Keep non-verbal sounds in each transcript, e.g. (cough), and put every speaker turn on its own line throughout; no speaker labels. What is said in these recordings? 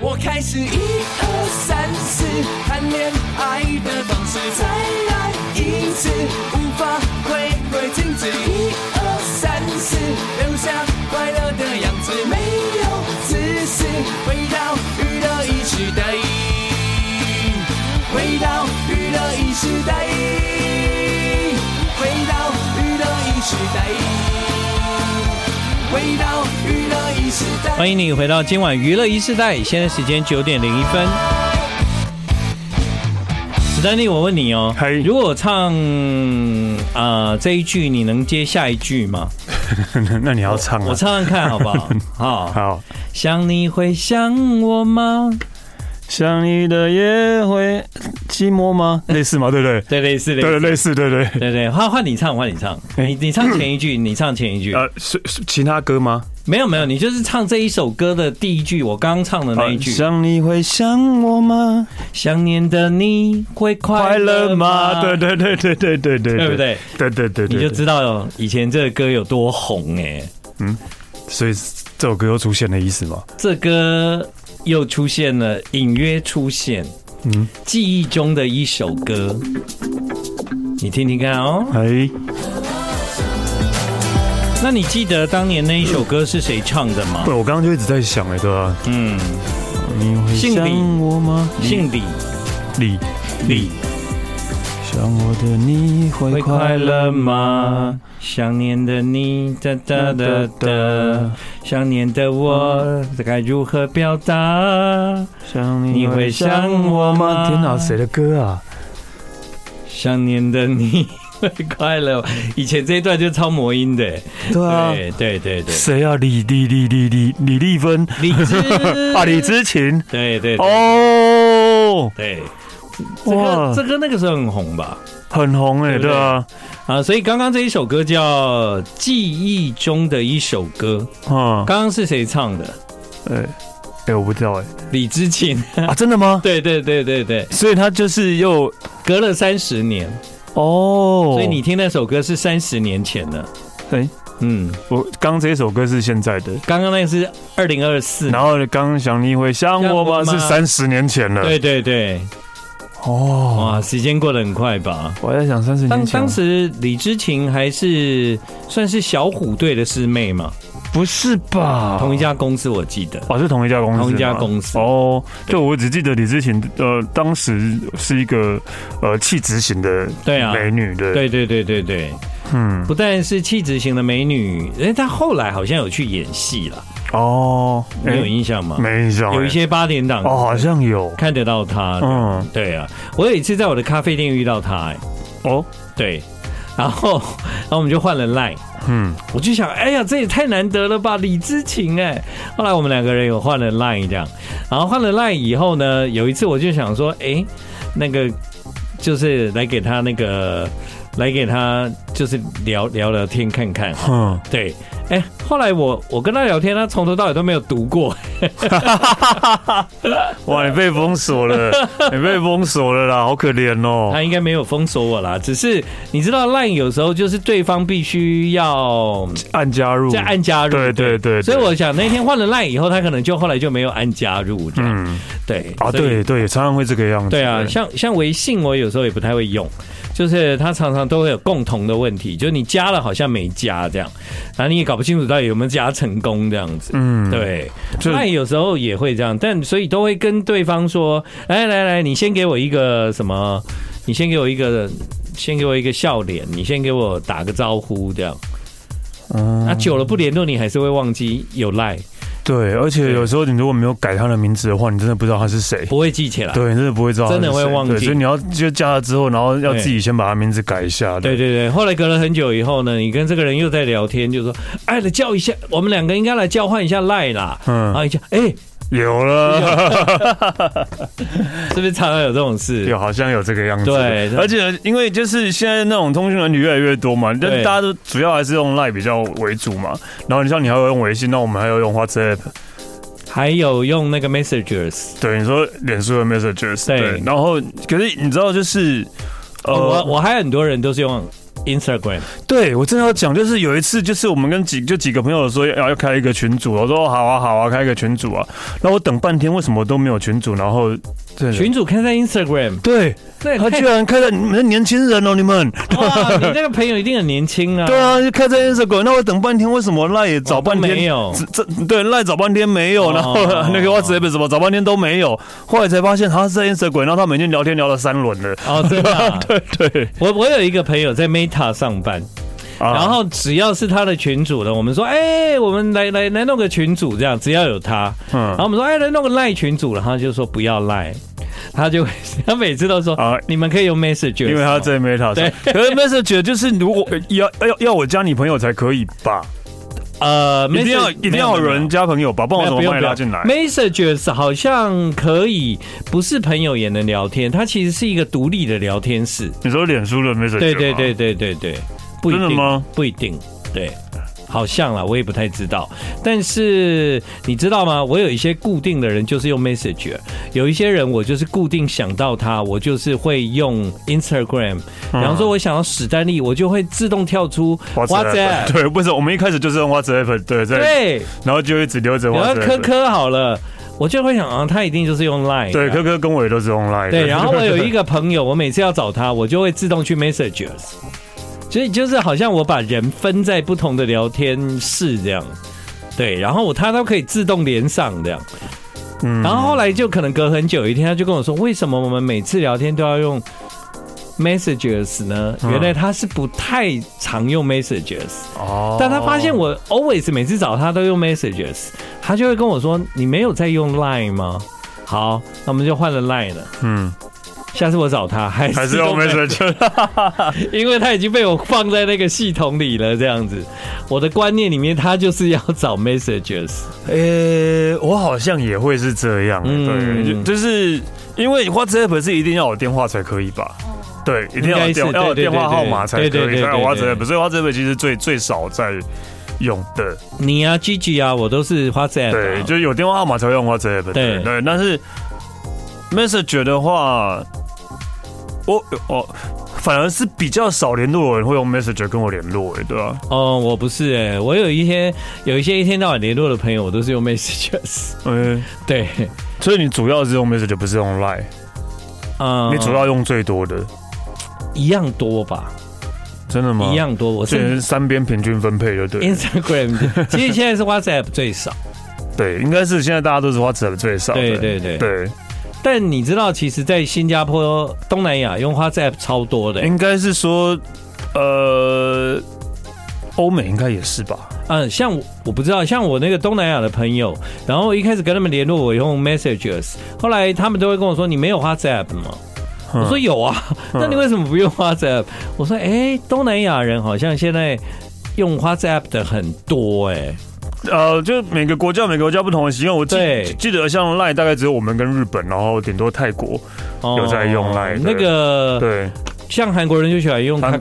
我开始一二三四，谈恋爱的方式再来一次，无法回归静止。一二三四，留下快乐的样子，没有自私，回到娱乐一时代，回到娱乐一时代，回到娱乐一时代。回到娱乐一时代。
欢迎你回到今晚娱乐一世代，现在时间九点零一分。史丹利，我问你哦
嗨，
如果我唱呃这一句，你能接下一句吗？
(laughs) 那你要唱啊？
我唱唱看好不
(laughs)
好？好，
好，
想你会想我吗？
想你的夜会寂寞吗？
(laughs)
类似吗？对不对？
对，类似类
对，
似，
类似，对对。
对对，换换你唱，换你唱，你你唱前一
(clears throat)
句，你唱前一句，
呃，是是其他歌吗？
没有没有，你就是唱这一首歌的第一句，我刚刚唱的那一句。
想你会想我吗？
想念的你会快
快
乐
乐
吗？
吗？对对对对对对对，
对不对？
对对对，
你
对
就
对
知道以前这个歌有多红哎、
所以这首歌又出现的意思吗？
这歌又出现了，隐约出现，嗯
嗯，
记忆中的一首歌，你听听看哦。
哎，
那你记得当年那一首歌是谁唱的吗
对，？我刚刚就一直在想，哎，对吧？
嗯，
你会
姓李
想我吗？
姓李，
李，
李
想我的你会
会快
快
乐
乐
吗
吗？？
想念的你，哒哒哒哒，想念的我该如何表达？
想
你会想我吗
天哪，谁的歌啊？
想念的你 (laughs) 会快乐吗。以前这一段就超魔音的、欸，
对啊，
对对对对，
谁啊？李李李李李李丽芬
李知
(laughs) 啊，李，知勤
对嗯对对
哦，
对，这个
哇
这个那个时候很红吧？
很红哎，
对不对
对啊，
啊，所以刚刚这一首歌叫《记忆中的一首歌》，
嗯，
刚刚是谁唱的？
哎哎，我不知道哎，
李知勤，
啊，真的吗？
(laughs) 对对对对对，
所以他就是又
隔了三十年，
哦，
所以你听那首歌是三十年前的，
哎，
嗯，
我刚这首歌是现在的，
刚刚那个是二零二四，
然后刚刚想你会想我吗？
想我吗
是三十年前了，
对对对，
哦，
哇，时间过得很快吧？
我还在想三十
当
年前
当时李知勤还是算是小虎队的师妹嘛，
不是吧？
同一家公司我记得，
哦，是同一家公司吗，
同一家公司
哦。就我只记得李知勤，呃，当时是一个呃气质型的
对啊
美女的，，
对对对对对，
嗯，
不但是气质型的美女，哎，她后来好像有去演戏了，
哦，
你有
诶
印象吗？
没印象，
有一些八点档
诶哦，好像有，
看得到她，
嗯，
对啊，我有一次在我的咖啡店遇到她，哎，
哦，
对，然后 (laughs) 然后我们就换了 line。
嗯，
我就想，哎呀，这也太难得了吧，李知勤哎。后来我们两个人有换了 line 这样，然后换了 line 以后呢，有一次我就想说，哎，那个就是来给他那个，来给他就是聊聊聊天看看。
哼，
对，哎，后来我我跟他聊天，他从头到尾都没有读过，啊
哇，你被封锁了，
(laughs)
你被封锁了啦，好可怜哦，
他应该没有封锁我啦。只是你知道 line 有时候就是对方必须要
按加入
再，按加入，
嗯对对对对
所以我想那天换了 line 以后，他可能就后来就没有按加入这样。
嗯，
对
啊，
所以
对对，常常会这个样子，
对啊，像像微信，我有时候也不太会用，就是它常常都会有共同的问题，就是你加了好像没加这样，然后你也搞不清楚到底有没有加成功这样子。
嗯，
对，
就
那有时候也会这样，但所以都会跟对方说，来来来，你先给我一个什么，你先给我一个，先给我一个笑脸，你先给我打个招呼这样。
嗯
那、久了不联络，你还是会忘记有赖，
对，而且
对
有时候你如果没有改他的名字的话，你真的不知道他是谁。
不会记起来。
(laughs) 对，你真的不会知道他是
真
谁，
的会忘
对
记
所以你要就加了之后，然后要自己先把他名字改一下。
对对对，后来隔了很久以后呢，你跟这个人又在聊天，就说：“哎，来叫一下，我们两个应该来交换一下赖啦。”
嗯
然后一叫，哎，
有了，
(laughs) 是不是常常有这种事？
有好像有这个样子。
对
而且因为就是现在那种通讯软体越来越多嘛，但
对
大家都主要还是用 Line 比较为主嘛。然后你像你还有用微信，那我们还有用 WhatsApp，
还有用那个 Messengers，
对，你说脸书的 Messages，
对
然后可是你知道就是，呃
我我还有很多人都是用 Instagram，
对我正要讲，就是有一次，就是我们跟几就几个朋友说要要开一个群组，我说哦好啊好啊，开一个群组啊。然后我等半天，为什么都没有群组？然后对
群主开在 Instagram，
对，
对，
他居然开在你们年轻人哦，你们
哇，你那个朋友一定很年轻啊。
(laughs) 对啊，就开在 Instagram。那我等半天，为什么赖也找半天
哦都没有
这这对赖找半天没 (laughs) 有，
哦
然后那个 WhatsApp 什么找半天都没有。后来才发现他是在 Instagram，然后他每天聊天聊了三轮了。
哦，真的啊、
对 (laughs) 对，
我我有一个朋友在 Meta 上班，
啊
然后只要是他的群主呢，我们说，哎、我们来来来弄个群主这样，只要有他，然后
嗯
我们说，哎、来弄个赖群主了，他就说不要赖，他就会 (laughs) 他每次都说，
啊
你们可以用 Message，
因为他在 Meta 上，可是 Message 就是如果呃要要要我加你朋友才可以吧？
呃，
一定要
Message-
一定要有人加朋友吧，不
没
然
有。
我
没
怎
有不用
么把你
不
拉
用
进来？
Messages 好像可以，不是朋友也能聊天，它其实是一个独立的聊天室。
你说脸书的 Message
对对
吗
对，对对对，不一
真的
定
吗？
不一定，对，好像啦，我也不太知道。但是你知道吗？我有一些固定的人就是用 Message，有一些人我就是固定想到他，我就是会用 Instagram。比方说，我想要史丹利，我就会自动跳出
嗯 WhatsApp (laughs) 对，为什么我们一开始就是用 WhatsApp 对在，
对，
然后就一直留着
然后科
WhatsApp。
科好了，我就会想啊，他一定就是用 Line 啊
对，
的
科科跟我也都是用 Line 的。
对，然后我有一个朋友，我每次要找他，我就会自动去 Messages，所以就是好像我把人分在不同的聊天室这样。对，然后我他都可以自动连上这样，
(laughs) 嗯
然后后来就可能隔很久有一天，他就跟我说，为什么我们每次聊天都要用 Messages 呢？
嗯
原来他是不太常用 Messages，
哦
但他发现我 always 每次找他都用 Messages，他就会跟我说，你没有在用 Line 吗？好，那我们就换了 Line 了。
嗯，
下次我找他还是
还是用 Message。
因为他已经被我放在那个系统里了。这样子，我的观念里面，他就是要找 messages。
呃，我好像也会是这样，
嗯
对，就就是因为 WhatsApp 是一定要有电话才可以吧？对，一定要有
应该是
电要有
对对
电
对
话
对
号码才
对
可以，
对
才
对
有
对对
WhatsApp，所以 WhatsApp 其实最最少在用的。
你啊，Gigi 啊，我都是 WhatsApp 啊、
对，就是有电话号码才会用 WhatsApp
对
对对，但是 Message 的话，我哦，反而是比较少联络的人会用 Message 跟我联络，哎，对吧、
哦，我不是哎、我有一些有一些一天到晚联络的朋友，我都是用 messages。
嗯、
对，
所以你主要是用 Message，不是用 Line，、
嗯
你主要用最多的，
一样多吧，
真的吗？
一，样多。我
所以
是
是三边平均分配，就对了。
Instagram，的
(laughs)
其实现在是 WhatsApp 最少。
对，应该是现在大家都是 WhatsApp 最少的。
对对对。
对，
但你知道，其实，在新加坡、东南亚用 WhatsApp 超多的、
应该是说，呃，欧美应该也是吧。
嗯，像我我不知道，像我那个东南亚的朋友，然后一开始跟他们联络，我用 Messages，后来他们都会跟我说：“你没有 WhatsApp 吗？”
嗯
我说：“有啊。” (laughs) 那你为什么不用 WhatsApp？我说：“哎，东南亚人好像现在用 WhatsApp 的很多哎、
呃，就每个国家有每个国家不同的习惯，我记
对
记得像 Line 大概只有我们跟日本，然后顶多泰国，
哦
有在用 Line，
那
对
个
对，
像韩国人就喜欢用
Kakao，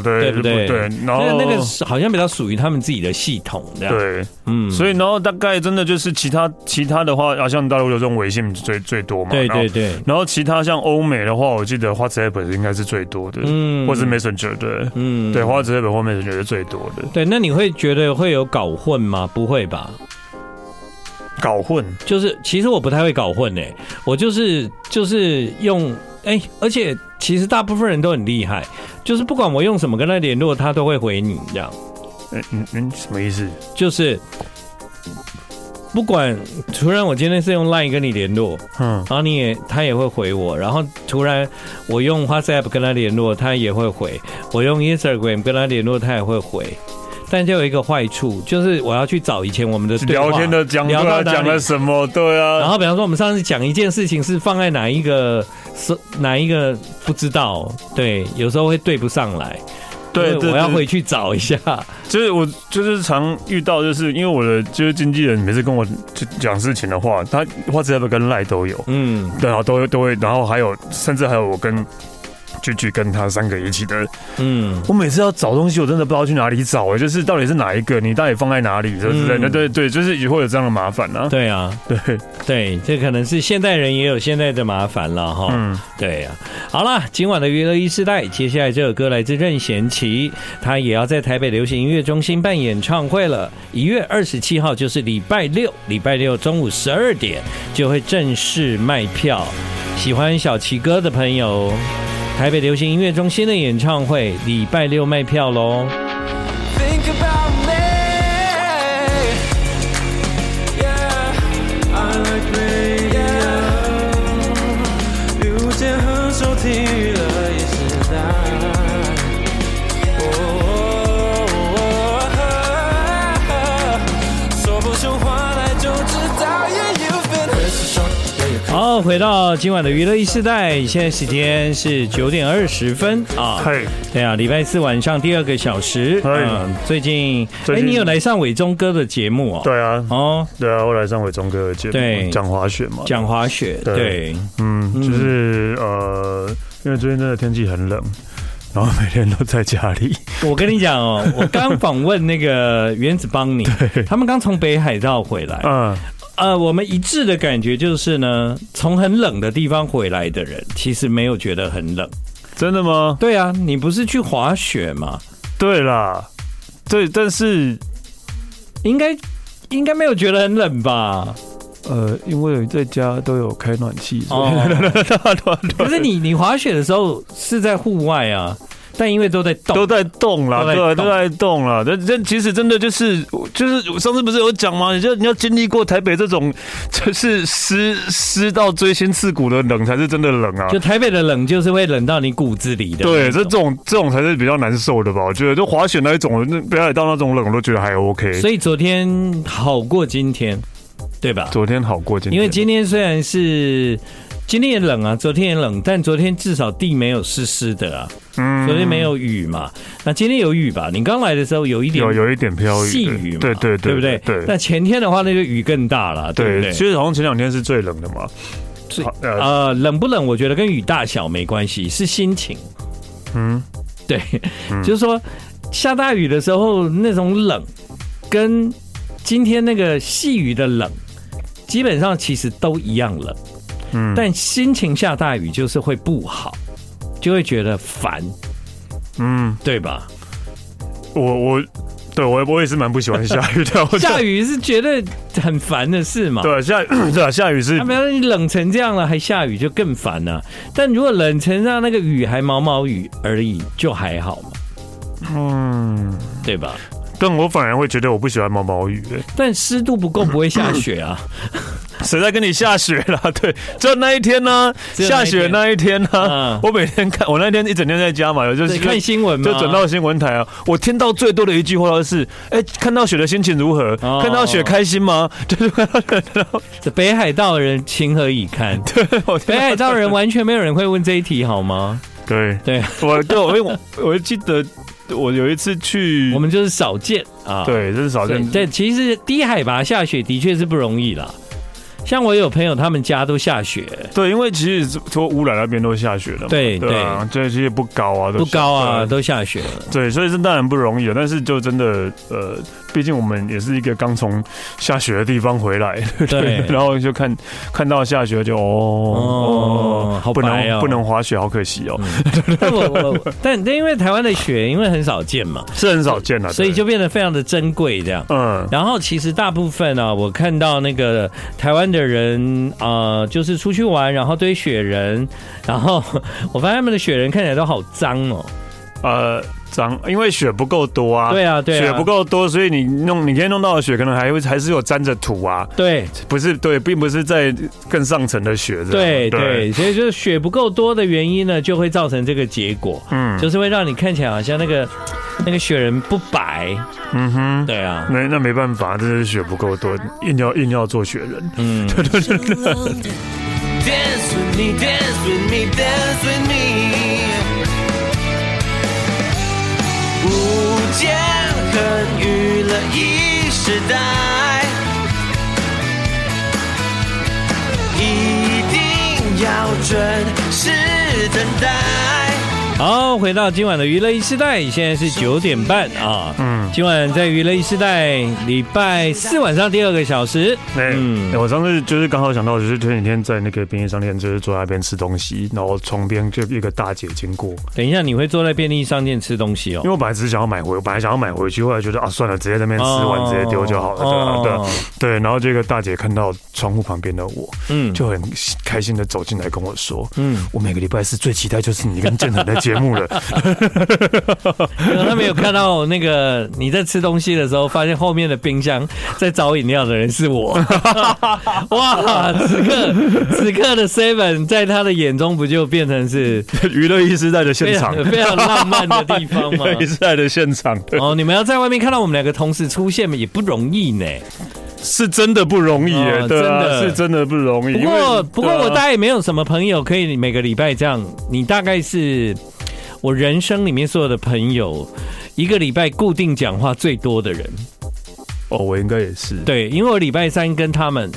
Kakao，
对
不对？
对然后
那个那个是好像比较属于他们自己的系统这样。，
对，
嗯
所以然后大概真的就是其他其他的话，啊，像大陆就用微信最最多嘛，
对
然后
对。对，
然后其他像欧美的话，我记得 WhatsApp 应该是最多的，
嗯
或是 Messenger 对，
嗯
对 WhatsApp 或 Messenger 是最多的。
对，那你会觉得会有搞混吗？不会吧？
搞混，
就是其实我不太会搞混诶、我就是就是用哎、而且其实大部分人都很厉害，就是不管我用什么跟他联络，他都会回你这样，
嗯嗯嗯，什么意思？
就是。不管，突然我今天是用 LINE 跟你联络，
嗯，
然后你也他也会回我，然后突然我用 WhatsApp 跟他联络，他也会回；我用 Instagram 跟他联络，他也会回。但就有一个坏处，就是我要去找以前我们的对话
聊天的讲对
聊到
啊，
哪
讲
里
了什么？对
然
啊，
后比方说我们上次讲一件事情是放在哪一个是哪一个不知道，对，有时候会对不上来，
对
所以
对，
我要
对
回去找一下。
就是我就是常遇到，就是因为我的就是经纪人每次跟我就讲事情的话，他 WhatsApp 跟 Line 都有，
嗯，
对然后都会都会，然后还有甚至还有我跟菊菊跟他三个一起的。
嗯，
我每次要找东西，我真的不知道去哪里找、欸，就是到底是哪一个，你到底放在哪里，对不对？
嗯
那对对，就是也会有这样的麻烦啊。
对啊，
对，
对，这可能是现代人也有现代的麻烦了哈。
(laughs) 嗯，
对呀、好了，今晚的娱乐一时代，接下来这首歌来自任贤齐，他也要在台北流行音乐中心办演唱会了。一月二十七号就是礼拜六，礼拜六中午十二点就会正式卖票。喜欢小齐哥的朋友，台北流行音乐中心的演唱会礼拜六卖票喽。
Think about me. Yeah, I like radio. 遇见和收听娱乐一时代。哦，说不出话来就知道 yeah, you've been 二十双眼有
好，回到今晚的娱乐一时代，现在时间是九点二十分啊。
嘿，
对啊，礼拜四晚上第二个小时。
哎
嗯，最近，哎、
最近
你有来上伟忠哥的节目哦？。
对啊，
哦，
对啊，我来上伟忠哥的节
对
目，讲滑雪嘛，
讲滑雪，
对
对，
嗯，就是呃，因为最近真的天气很冷，然后每天都在家
(laughs)
里，
我跟你讲
(laughs)
哦，我刚访问那个原子邦尼，他们刚从北海道回来。
嗯，
呃，我们一致的感觉就是呢，从很冷的地方回来的人，其实没有觉得很冷。
真的吗？
对啊，你不是去滑雪吗？
对啦，对，但是
应该应该没有觉得很冷
(laughs)
吧？
呃，因为在家都有开暖气，所以、
哦，可是你你滑雪的时候是在户外啊，但因为都在动，
都在动啦，
都在
对啊，
动
都在动啦。但但其实真的就是就是我上次不是有讲吗？你就你要经历过台北这种，就是湿湿到锥心刺骨的冷，才是真的冷啊。
就台北的冷就是会冷到你骨子里的。
对，这。种这种才是比较难受的吧？我觉得，就滑雪那一种，那北海道那种冷，我都觉得还 OK。
所以昨天好过今天，对吧？
昨天好过今天，
因为今天虽然是今天也冷啊，昨天也冷，但昨天至少地没有湿湿的啊，
嗯
昨天没有雨嘛。那今天有雨吧？你刚来的时候有一点
有有一点飘雨，
细雨嘛，
对对
对，不对？
对
那前天的话，那就雨更大了，对不
对，
对？
其实好像前两天是最冷的嘛。
最
好呃
呃，冷不冷，我觉得跟雨大小没关系，是心情。嗯
嗯，
对，就是说下大雨的时候那种冷，跟今天那个细雨的冷，基本上其实都一样冷。
嗯
但心情下大雨就是会不好，就会觉得烦，
嗯，
对 (laughs) 吧？
我我对我我也是蛮不喜欢下雨
(laughs)
的。我
下雨是觉得很烦的事嘛。
对下 (clears throat) 对啊，下雨是
他们要你冷成这样了，还下雨就更烦了、但如果冷成让那个雨还毛毛雨而已，就还好嘛，
嗯，
对吧？
但我反而会觉得我不喜欢毛毛雨、欸
但湿度不够不会下雪啊。
谁在跟你下雪啦？ (laughs) 对，只有那一天呢、
只有那
下
一天
雪那一天呢、
嗯
啊我每天看，我那天一整天在家嘛，有就是
对，看新闻嘛，
嗯就转到新闻台啊！我听到最多的一句话是：“哎、看到雪的心情如何？
哦
看到雪开心吗？” (laughs) 就是看到雪，
这北海道人情何以
(laughs)
堪？
我
北
听到
海道人完全没有人会问这一题好吗？
对
对，
我对我因为我我记得我有一次去，
我们就是少见啊。
对，这是少见
对，对，其实低海拔下雪的确是不容易啦。像我有朋友，他们家都下雪，
对，因为其实说乌兰那边都下雪了嘛，
对
啊，这其实不高啊，都
不高啊，
对
都下雪了。
对，所以这当然不容易啊了，但是就真的呃，毕竟我们也是一个刚从下雪的地方回来，
对
然后就看看到下雪就哦
哦好
不
白哦嗯
能不能滑雪，好可惜哦，
(laughs) 但我我但但因为台湾的雪因为很少见嘛，
是很少见了，啊
所以
对
就变得非常的珍贵这样。
嗯
然后其实大部分啊，我看到那个台湾的人啊、呃就是出去玩，然后堆雪人，然后我发现他们的雪人看起来都好脏哦。
呃脏，因为雪不够多啊，
对啊，对啊，
雪不够多，所以你弄你今天弄到的雪可能还会还是有沾着土啊，
对。
不是对，并不是在更上层的雪这
对
样，
对，所以就是雪不够多的原因呢，就会造成这个结果，
嗯
就是会让你看起来好像那个那个雪人不白。
嗯哼。
对啊，
那那没办法，这是雪不够多，硬要硬要做雪人。
嗯，
Dance with me, dance with me, dance with me。无间恨娱乐一时代，一定要准时等待。
好，回到今晚的娱乐一时代，现在是九点半啊。嗯，今晚在娱乐一时代，礼拜四晚上第二个小时。
哎、
嗯
哎我上次就是刚好想到，就是前几天在那个便利商店，就是坐在那边吃东西，然后窗边就一个大姐经过，
等一下你会坐在便利商店吃东西哦 (laughs)
因为。我本来只是想要买回，我本来想要买回去，后来觉得啊，算了，直接在那边吃完、
哦
直接丢就好了，对啊，
哦
对啊对。然后这个大姐看到窗户旁边的我，
嗯
就很开心的走进来跟我说，
嗯，
我每个礼拜四最期待就是你跟建恒的节
(laughs)
目了。
他没有看到那个你在吃东西的时候，发现后面的冰箱在找饮料的人是 (laughs) 我。哇，此刻此刻的 Seven 在他的眼中不就变成是
娱乐一时代的
非
现场
常，
(laughs)
非常浪漫的地方
娱
(laughs) 吗？
乐一时代的现场，对
哦，你们要在外面看到我们两个同时出现也不容易呢。
是真的不容易耶
哦，
对
真
啊，
的
是真的不容易。
不
因
过
为啊
不过我大，概也没有什么朋友可以每个礼拜这样，你大概是我人生里面所有的朋友一个礼拜固定讲话最多的人。
哦，我应该也是，
对，因为我礼拜三跟他们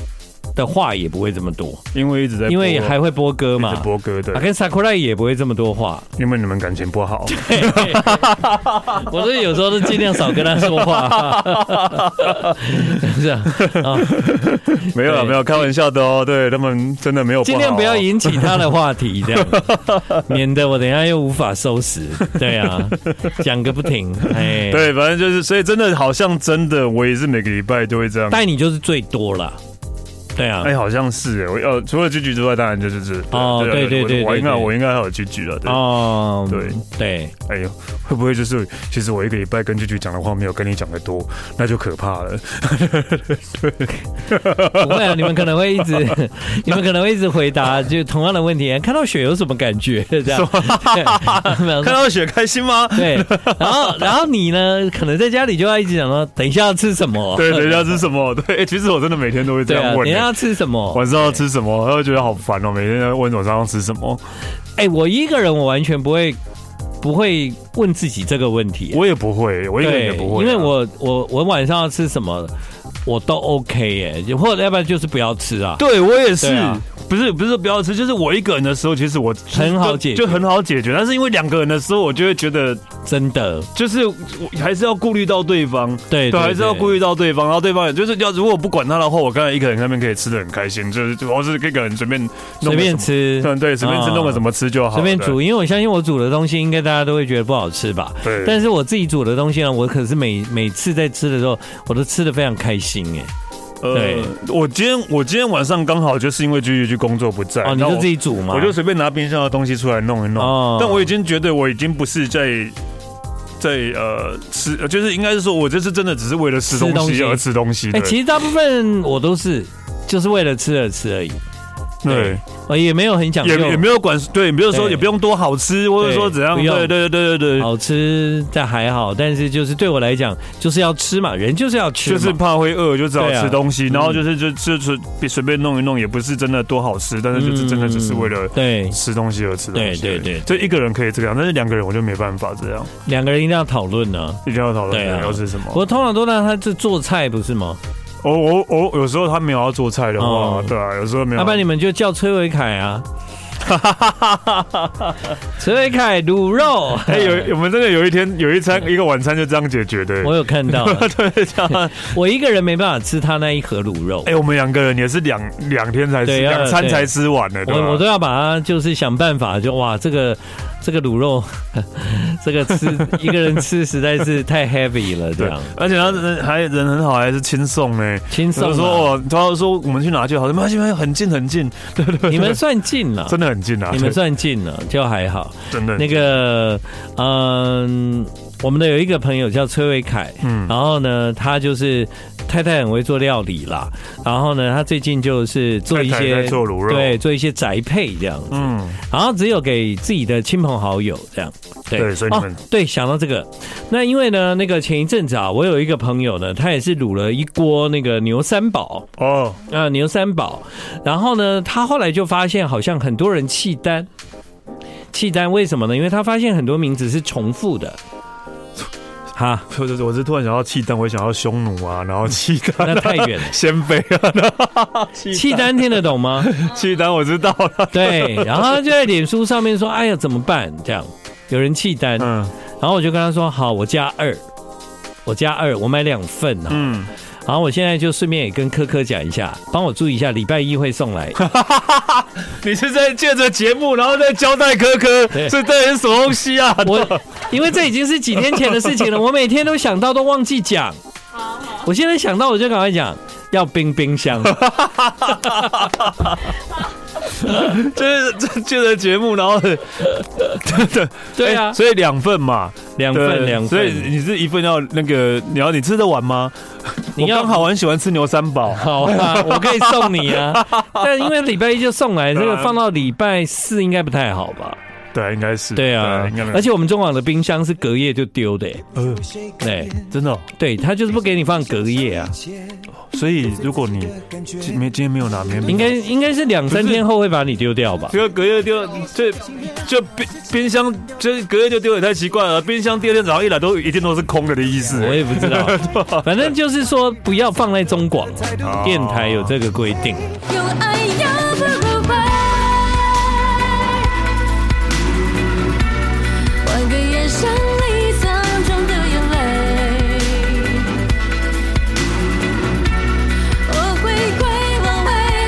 的话也不会这么多，
因为一直在播，
因为还会播歌
一直
嘛。
播歌的
啊，，跟 Sakura 也不会这么多话，
因为你们感情不好，
(laughs) 我都有时候都尽量少跟他说 (laughs) 话，是不是啊？啊
没有了，
对
没有开玩笑的哦。对他们真的没有好哦，
尽量不要引起他的话题，这 (laughs) 样，免得我等一下又无法收拾。对啊，讲个不停，哎，，
对，反正就是，所以真的好像真的，我也是每个礼拜都会这样。
带你就是最多啦。对啊，
嗯哎，好像是哎，我呃，除了居居之外，当然就是这。
哦
啊
对对
我
对
我
对
应该
对
我应该还有居居了。对，
哦，
对
对，
哎呦，会不会就是其实我一个礼拜跟居居讲的话没有跟你讲的多，那就可怕
嗯
了。
不会啊，你们可能会一直，
(laughs)
你们可能会一直回答就同样的问题，看到雪有什么感觉？
(laughs)
这样，没 (laughs) 有
看到雪开心吗？
对，然后然后你呢，可能在家里就要一直想说，等一下要吃什么？
对，等一下吃什么？ (laughs) 对，哎其实我真的每天都会这
对啊，
样
等
问
一下
哎。
要吃什么？
晚上要吃什么？他会觉得好烦哦，每天在问晚上要吃什么。
哎、我一个人我完全不会不会问自己这个问题、
我也不会，我一个人也不会啊。
因为我我我晚上要吃什么，我都 OK 耶、就或者要不然就是不要吃啊。
对我也是
对啊，
不是不是说不要吃，就是我一个人的时候，其实我就是
很好解决
就就很好解决。但是因为两个人的时候，我就会觉得
真的，
就是我还是要顾虑到对方。
对
对，还是要顾
虑。
虑到对方，然后对方也就是要，如果我不管他的话，我刚才一个人在那边可以吃的很开心，就是我是一个人随便弄
随
个
便
什
吃，
么，嗯 (laughs) 对，随便吃
啊
弄个什么吃就好，
随便煮，因为我相信我煮的东西应该大家都会觉得不好吃吧。
对，对，
但是我自己煮的东西呢，我可是每每次在吃的时候，我都吃的非常开心哎、对
呃，我今天我今天晚上刚好就是因为居居去工作不在，
哦，你
那
就
我
自己煮嘛？
我就随便拿冰箱的东西出来弄一弄。
哦
但我已经觉得我已经不是在在呃吃，呃就是应该是说我这次真的只是为了吃东
吃东西
西而吃东西。
哎、
对
其实大部分我都是就是为了吃而吃而已，
对，
我也没有很讲究，
也也没有管对，比如说
对
也不用多好吃，或者说怎样，
不用
对对对对对。
好吃但还好，但是就是对我来讲，就是要吃嘛，人就是要吃
就
嘛，
是怕会饿，就只好
对啊
吃东西，然后就是就就随随便弄一弄，也不是真的多好吃，但是就是真的只是
嗯
为了
对
吃东西而吃东西。
对对对
就一个人可以这样，但是两个人我就没办法这样，
两个人一定要讨论呢。
一定要讨论
对啊
要吃什么。
我通常都让他就做菜，不是吗？
我我我有时候他没有要做菜的话，
哦
对啊，有时候没有。
要不然你们就叫崔伟凯啊， (laughs) 崔伟凯卤肉，
哎、有我们真的有一天有一餐一个晚餐就这样解决的、
我有看到，
(laughs)
啊
对，这样。啊
我一个人没办法吃他那一盒卤肉
哎、，我们两个人也是两两天才吃，
对啊
两餐才吃完的、对啊吧
我我都要把它就是想办法，就哇这个这个卤肉， (laughs) 这个吃一个人吃实在是太 heavy 了，这
对
样，
而且他人还人很好，还是轻松呢。
轻
他
松
说
啊。
哦，他说我们去哪就好，没关系，没关系很近很近，对对对，
你们算近了，
(laughs) 真的很近啊，
你们
对
算近了，就还好。
真的
那个，嗯，我们的有一个朋友叫崔伟凯，
嗯
然后呢，他就是太太很会做料理啦，然后呢，他最近就是做一
太太
些
在做卤肉
对，做一些宅配这样子，
嗯，
然后只有给自己的亲朋好友这样。对哦
对所以你们
对想到这个，那因为呢，那个前一阵子啊，我有一个朋友呢，他也是卤了一锅那个牛三宝，
哦，
啊，牛三宝。然后呢，他后来就发现，好像很多人弃单。弃单为什么呢？因为他发现很多名字是重复的。哈，
我我是突然想到契丹，我也想要匈奴啊，然后契丹、
那太远了。
鲜卑啊，
弃单听得懂
(laughs)
吗？
契丹我知道了，
对，然后他就在脸书上面说：“哎呀，怎么办？”这样，有人弃单，
嗯
然后我就跟他说好，我加二，我加二，我买两份啊。
嗯，
然后我现在就顺便也跟科科讲一下，帮我注意一下，礼拜一会送
(laughs)
来。
你是在借着节目，然后再交代科科
对
这代言什么东西啊？
我因为这已经是几天前的事
(laughs)
情了，我每天都想到都忘记讲。我现在想到我就赶快讲，要冰冰
(laughs)
箱。
就是这借着节目，然后真 (laughs) 的
对啊
哎所以两份嘛，
两
对
份两
所以
份，
你是一份要那个，你要你吃得完吗？
你
我
要，
刚好很喜欢吃牛三宝
(laughs) 好啊，我可以送你
(laughs)
啊。但因为礼拜一就送来，这个放到礼拜四应该不太好吧？
对，应该是
对啊
应该没，有
而且我们中网的冰箱是隔夜就丢的、欸，
呃
对
真的哦。
对，他就是不给你放隔夜啊，
所以如果你今没今天没有拿，明天
应该应该是两三天后会把你丢掉吧？
这个隔夜丢，这就冰冰箱，这隔夜就丢也太奇怪了。冰箱第二天早上一来都一定都是空的的意思。
我也不知道，反正就是说不要放在中广
哦
电台有这个规定。
用爱要不后悔，换个眼神里藏中的眼泪，我会归往未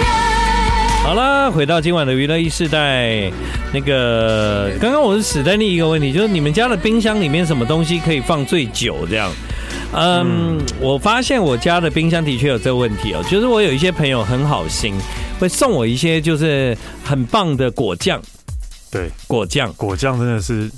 来。
好啦，回到今晚的娱乐一世代，那个刚刚我是史丹利一个问题，就是你们家的冰箱里面什么东西可以放最久这样？嗯，我发现我家的冰箱的确有这个问题哦，就是我有一些朋友很好心，会送我一些就是很棒的果酱，
(laughs) 对，
果酱。
果酱真的是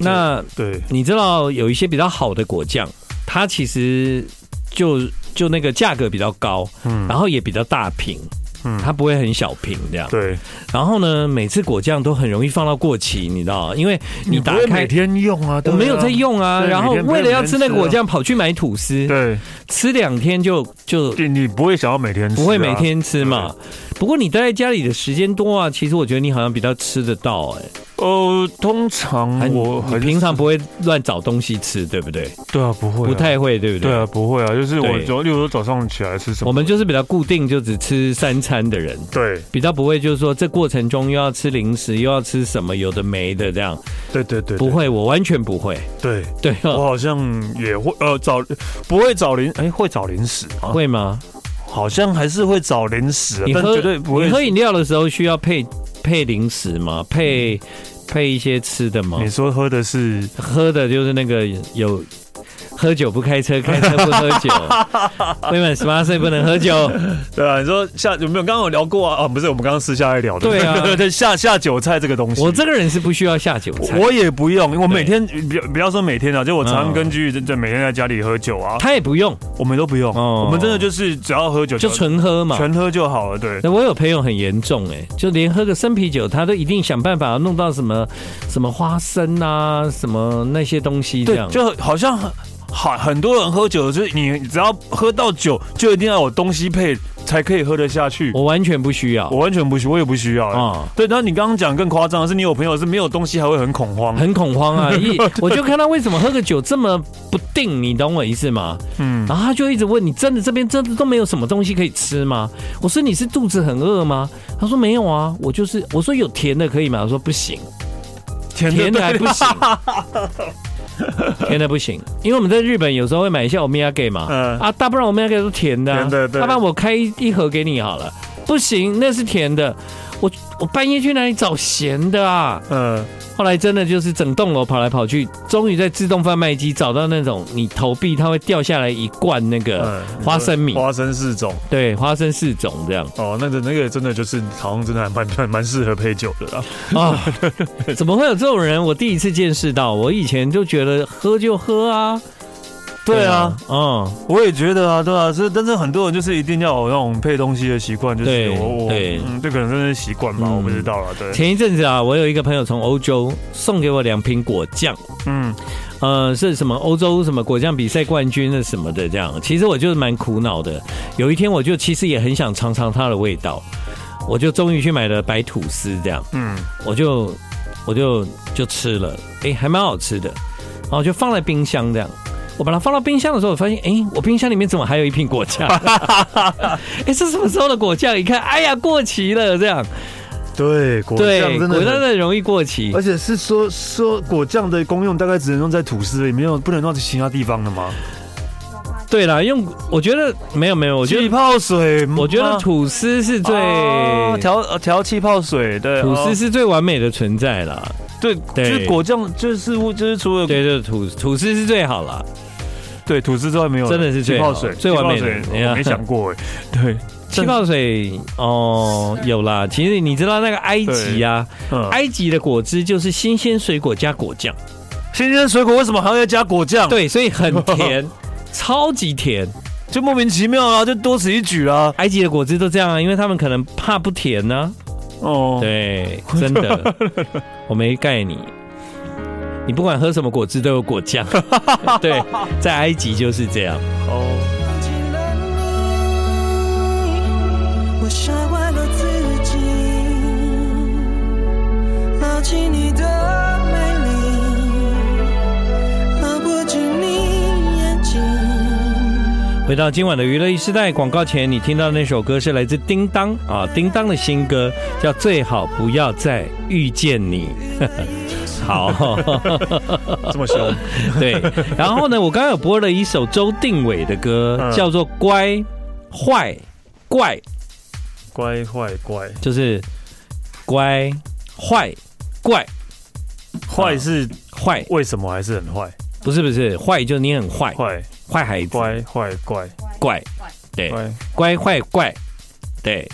那
对，
你知道有一些比较好的果酱，它其实就就那个价格比较高，
嗯
然后也比较大瓶，
嗯
它不会很小瓶这样。
对，
然后呢，每次果酱都很容易放到过期，你知道吗因为你打
不会
开
嗯每。天用啊，
我
对啊
没有在，用啊，
对
然后
每天不会
为了要
每天
吃那个
吃啊
果酱，跑去买吐司，
对，
吃两天就就
你你不会想要每天吃啊，
不会每天吃嘛。不过你待在家里的时间多啊，其实我觉得你好像比较吃得到哎、
呃，通常
很
我
你
很
平常不会乱找东西吃，对不对？
对啊，不会啊，
不太会，对不对？
对啊，不会啊，就是我
对
早，例如说早上起来吃什么，
我们就是比较固定，就只吃三餐的人，
对
比较不会就是说这过程中又要吃零食，又要吃什么有的没的这样，
对对对，对
不，会，我完全不会。
对
对
我
哦，
好像也会呃找不会找零哎会找零食啊，
会吗？
好像还是会找零食啊，
你
但
喝
绝对不会
你喝饮料的时候需要配配零食吗？配配一些吃的吗
你？说喝的是
喝的就是那个有。喝酒不开车，开车不喝酒。
(laughs)
未满十八岁不能喝酒。
对啊，你说下有没有？刚刚有聊过啊？啊，不是，我们刚刚私下来聊的。
对啊
(laughs) 对下下酒菜这个东西，
我这个人是不需要下酒菜，
我也不用，我每天不要不要说每天啊，就我常根据这每天在家里喝酒啊，
他也不用，
我们都不用，
哦
我们真的嗯就是只要喝酒
就纯喝嘛。
全喝就好了。对，
那我有朋友很严重哎、就连喝个生啤酒，他都一定想办法弄到什么什么花生啊，什么那些东西这
对，
样。
就好像很好很多人喝酒，就是你只要喝到酒，就一定要有东西配才可以喝得下去。我
我完全不需要，
完全不需，我也不需要
啊
啊。对，然后你刚刚讲更夸张的是，你有朋友是没有东西还会很恐
(laughs)
慌。
很恐慌
(laughs)
啊！一我就看他为什么喝个酒这么不定，你懂我意思吗？
嗯，
然后他就一直问你，真的这边真的都没有什么东西可以吃吗？我说你是肚子很饿吗？他说没有啊，我就是我说有甜的可以吗？他说不
(laughs)
行，
甜
甜的
(laughs)
还不行，甜的不行，因为我们在日本有时候会买一些 omega 嘛，
嗯
啊，大不然 omega 都甜的、啊，
甜的对
要不然我开一盒给你好了，不行，那是甜的，我我半夜去哪里找咸的啊？
嗯，
后来真的就是整栋楼跑来跑去，终于在自动贩卖机找到那种你投币它会掉下来一罐那个
嗯
花生米，
花生四种
对，花生四种这
(laughs)
样
哦，那个那个真的就是好像真的还蛮蛮蛮适合配酒的啦。
啊，怎么会有这种人？我第一次见识到，我以前就觉得喝就喝啊，
对啊，，
嗯，
我也觉得啊，对啊，是，但是很多人就是一定要有那种配东西的习惯，就是
对
我我
对
嗯，这可能真的是习惯吧，
嗯
我不知道了，对，
前一阵子啊，我有一个朋友从欧洲送给我两瓶果酱，
嗯，
呃，是什么欧洲什么果酱比赛冠军的什么的这样。其实我就是蛮苦恼的。有一天我就其实也很想尝尝它的味道，我就终于去买了白吐司这样，
嗯，
我就我就就吃了，诶，还蛮好吃的，然后就放在冰箱这样。我把它放到冰箱的时候，我发现，诶，我冰箱里面怎么还有一瓶 (laughs)
(laughs)
果酱？诶，这什么时候的果酱？一看，哎呀，过期了这样。
对，果酱
对，
真
果酱真
的。
的容易过期
而。且是说说果酱的功用大概只能用在吐司里，没有不能用到其他地方的吗？
对啦，用我觉得没有没有，我觉
气
得
泡水吗，
我觉得吐司是最、
哦啊调呃调气泡水，对，
吐司
哦
是最完美的存在啦。
对，
对
就是果酱，就是就是除了
对对，吐吐司是最好啦。
对吐司之外没有了，
真的是
气
最
泡
好
水，
最完美的
气泡水
哎呀
我没想
(laughs)
过哎，对，
气泡水哦，有啦。其实你知道那个埃及啊，
嗯
埃及的果汁就是新鲜水果加果酱，
新鲜水果为什么还要加果酱？，
对，所以很
(laughs)
甜，超级甜。
就莫名其妙啊，就多此一举啦。
埃及的果汁都这样啊，因为他们可能怕不甜啊呢、
哦，
对，真
(laughs)
的，我没盖你。你不管喝什么果汁都有果
(laughs)
酱，对，在埃及就是这样。
哦，
忘记了你，我摔坏了自己，抱起你的美丽，靠不近你眼睛，
回到今晚的娱乐一时代广告前，你听到那首歌是来自叮当啊，叮当的新歌叫《最好不要再遇见你》。 (laughs) 好， (laughs)
这么凶，
对。然后呢，我刚刚有播了一首周定伟的歌
嗯，
叫做《乖坏怪》，
乖坏乖，
就是乖坏怪
坏是
坏，
为什么还是很坏？
不是不是坏，就是你很坏，
坏
坏孩子，
乖坏乖
怪，对，
乖，
乖坏怪，对。哎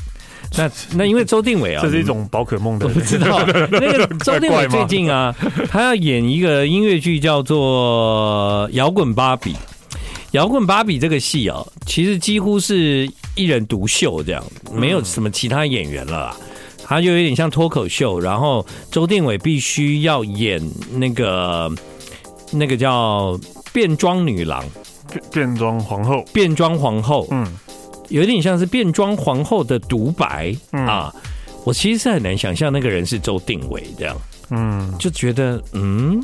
那那因为周定伟啊，
这是一种宝可梦的
我不知道那
(laughs)
个周定伟最近啊，他要演一个音乐剧叫做《摇滚芭比》。摇滚芭比这个戏啊，其实几乎是一人独秀这样，
嗯
没有什么其他演员了啦。他就有点像脱口秀，然后周定伟必须要演那个那个叫变装女郎、
变变装皇后。
变装皇后，
嗯
有点像是变装皇后的独白、
嗯
啊。我其实是很难想象那个人是周定伟这样。
嗯，
就觉得嗯，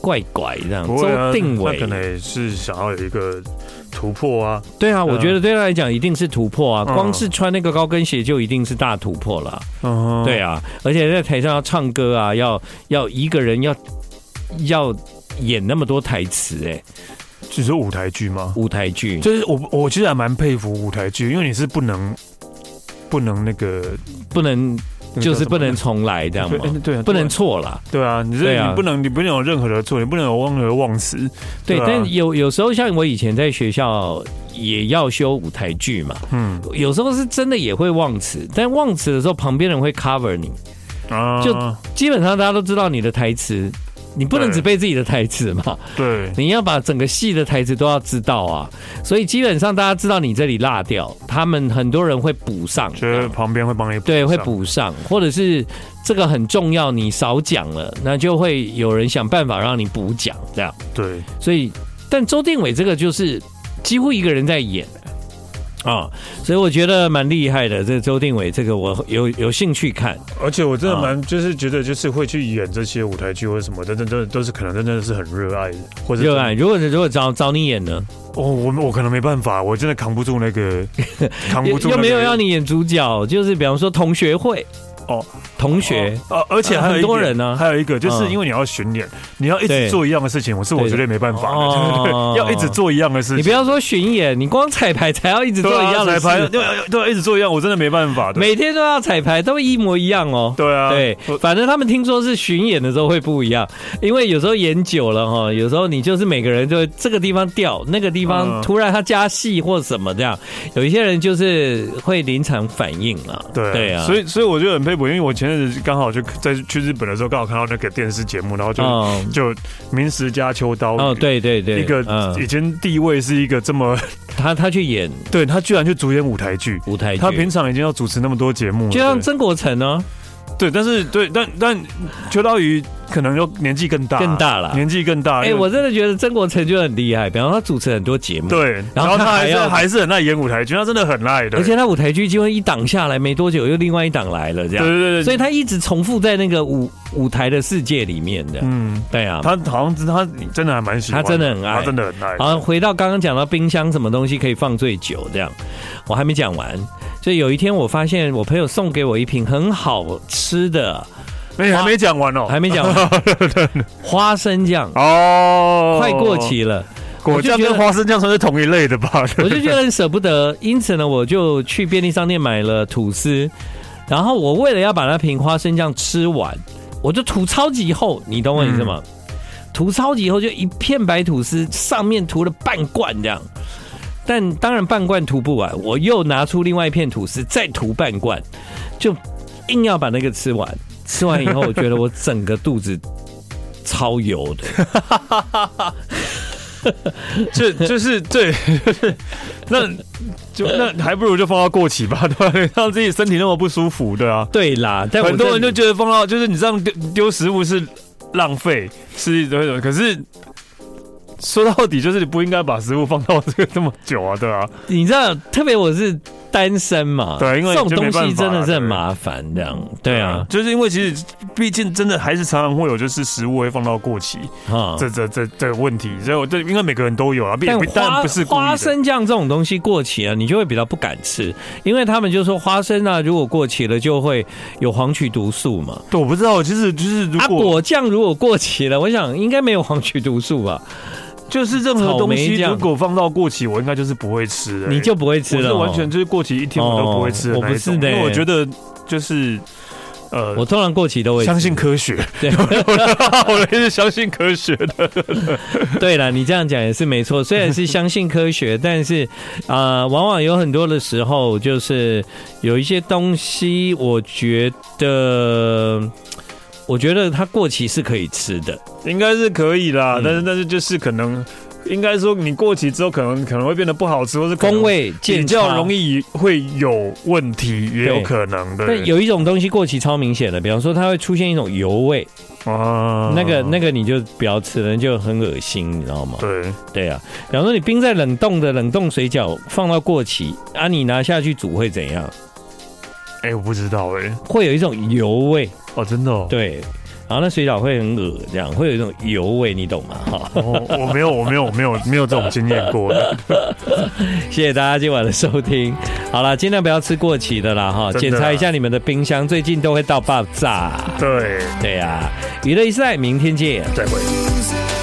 怪怪这样。
不会啊，
周定
他可能
伟，
也是想要有一个突破啊。
对啊，我觉得对他来讲一定是突破啊，
嗯
光是穿那个高跟鞋就一定是大突破了啊。
嗯，
对啊，而且在台上要唱歌啊，要要一个人要要演那么多台词，哎，
只是舞台剧吗？
舞台剧。
就是我我其实还蛮佩服舞台剧，因为你是不能不能那个，
不能
那个叫
就是不能
什
重来，这样
么对
吗？
对啊
不能错了，
对啊，你
对
这
啊
你不能你不能有任何的错，你不能有任何忘词。
对。
对啊
但有有时候像我以前在学校也要修舞台剧嘛，
嗯
有时候是真的也会忘词，但忘词的时候旁边人会 cover 你，
啊，
就基本上大家都知道你的台词，你不能
对
只背自己的台词嘛，
对
你要把整个戏的台词都要知道啊。所以基本上大家知道你这里落掉，他们很多人会补上，
就是旁边会帮你补
对，会
上
补上，或者是这个很重要，你少讲了，那就会有人想办法让你补讲这样。
对，
所以，但周定伟这个就是几乎一个人在演。啊、所以我觉得蛮厉害的。这周定伟，这个我有有兴趣看。
而且我真的
啊
蛮就是觉得就是会去演这些舞台剧或者什么的，真的真的都是可能真的是很热爱的，或者
热爱，如果如果找找你演呢，
哦，我我可能没办法，我真的扛不住那
(laughs)
个扛
又
不住、
又
那个
没有要你演主角，就是比方说同学会
哦，
同学，
哦，而且还有一
很多人
呢，
啊
还有一个就是
嗯
因为你要巡演，你要一直
对
做一样的事情，我是我
对
绝对没办法的，
哦
对对 (laughs) 要一直做一样的事情，
你不要说巡演，你光彩排才要一直做
对啊
一样的
彩排，
事，
对啊对啊，一直做一样，我真的没办法的，
每天都要彩排，都一模一样哦。
对啊，
对，
我
反正他们听说是巡演的时候会不一样，因为有时候演久了哈，有时候你就是每个人就会这个地方掉，那个地
嗯
方突然他加戏或什么这样，有一些人就是会临场反应啊。
对
对啊，
所
以
以所以我就很佩服，因为我前阵子刚好就在去日本的时候，刚好看到那个电视节目，然后就、
哦
就明石加秋刀鱼
哦，对对对，嗯
一个以前地位是一个
(laughs)
这么，
他他去演
对他居然去主演舞台剧，
舞台剧，
他平常已经要主持那么多节目了，
就像
对
曾国成呢、
对，但是对，但但秋刀鱼可能又年纪更大，
更大了
年纪更大。
哎、
因为
我真的觉得曾国成就很厉害，比方说他主持很多节目，，
对，
然
然
后
后
他
他
还
还是
要
还是很爱演舞台剧，他真的很爱的。
而且他舞台剧就会一档下来没多久，又另外一档来了，这
对
样，
对对
所
对，
以他一直重复在那个舞舞台的世界里面的。
嗯，
对啊，
他好像真他真的还蛮喜欢，
他真的很爱
他真的很爱。
好，回到刚刚讲到冰箱什么东西可以放最久，这样我还没讲完。就有一天我发现我朋友送给我一瓶很好吃的，
没还没讲完哦，
还没讲
(laughs)
完，花生酱
哦，
快过，期了，
果酱跟花生酱算是同一类的吧？ (laughs)
我就觉得很舍不得，因此呢，我就去便利商店买了吐司，然后我为了要把那瓶花生酱吃完，我就涂超级厚，你懂我意思吗？
嗯
涂超级厚就一片白吐司，上面涂了半罐这样，但当然半罐涂不完，我又拿出另外一片吐司再涂半罐，就硬要把那个吃完。吃完以后，我觉得我整个肚子超油
(laughs)
的。
这 (laughs) 就是对，那就那还不如就放到过期吧，对吧？ (laughs) 让自己身体那么不舒服，对啊。
对啦，哎但我
很多人
真的
就觉得放到就是你这样丢丢食物是浪费，是一种。可是说到底，就是你不应该把食物放到这个这么久啊，对啊。
你知道，特别我是单身嘛，
对因为
这种东
就没办
西
法
真的是很
对
麻烦，这样对啊，
就是因为其实毕竟真的还是常常会有就是食物会放到过期，
哈。
这这这这个问题，所以我这应该每个人都有啊，
啊
并
但
不但
花
不是故意的
花生酱这种东西过期了，你就会比较不敢吃，因为他们就说花生啊，如果过期了就会有黄曲毒素嘛。
对，我不知道，其实就是如
啊，
果、
果酱如果过期了，我想应该没有黄曲毒素吧，
就是任
草莓
何东西
酱
如果放到过期，我应该就是不会吃的、欸
你就不会吃
我
了
是
哦。
完全就是过期一天我都不会吃的
哦我不
那一
是
种，
的
因为我觉得就是呃
我。通常过期都会吃
相信科学，
对
(laughs) 我也是相信科学的。
(laughs) 对了，你这样讲也是没错。虽然是相信科 (laughs) 学，但是啊、呃往往有很多的时候，就是有一些东西，我觉得，我觉得它过期是可以吃的。
应该是可以啦，
嗯
但是但是就是可能，应该说你过期之后，可能可能会变得不好吃，或是可能
风味
比
见
较
差
容。易会有问题，也有
对
可能的。
但有一种东西过期超明显的，比方说它会出现一种油味，
啊
那个那个你就不要吃了，就很恶心，你知道吗？
对，
对啊，比方说你冰在冷冻的冷冻水饺放到过期啊，你拿下去煮会怎样？
哎、我不知道哎、
会有一种油味。
哦，真的、哦，
对，然后那水饺会很恶，这样会有一种油味，你懂吗？哈，
哦，我没有，我没有，我没有，没有这种经验过的。
谢谢大家今晚的收听。好了，尽量不要吃过期的啦，哈，
真的
检查一下你们的冰箱，最近都会到爆炸。啊
对，
对呀、娱乐一赛，明天见。
再会。
Music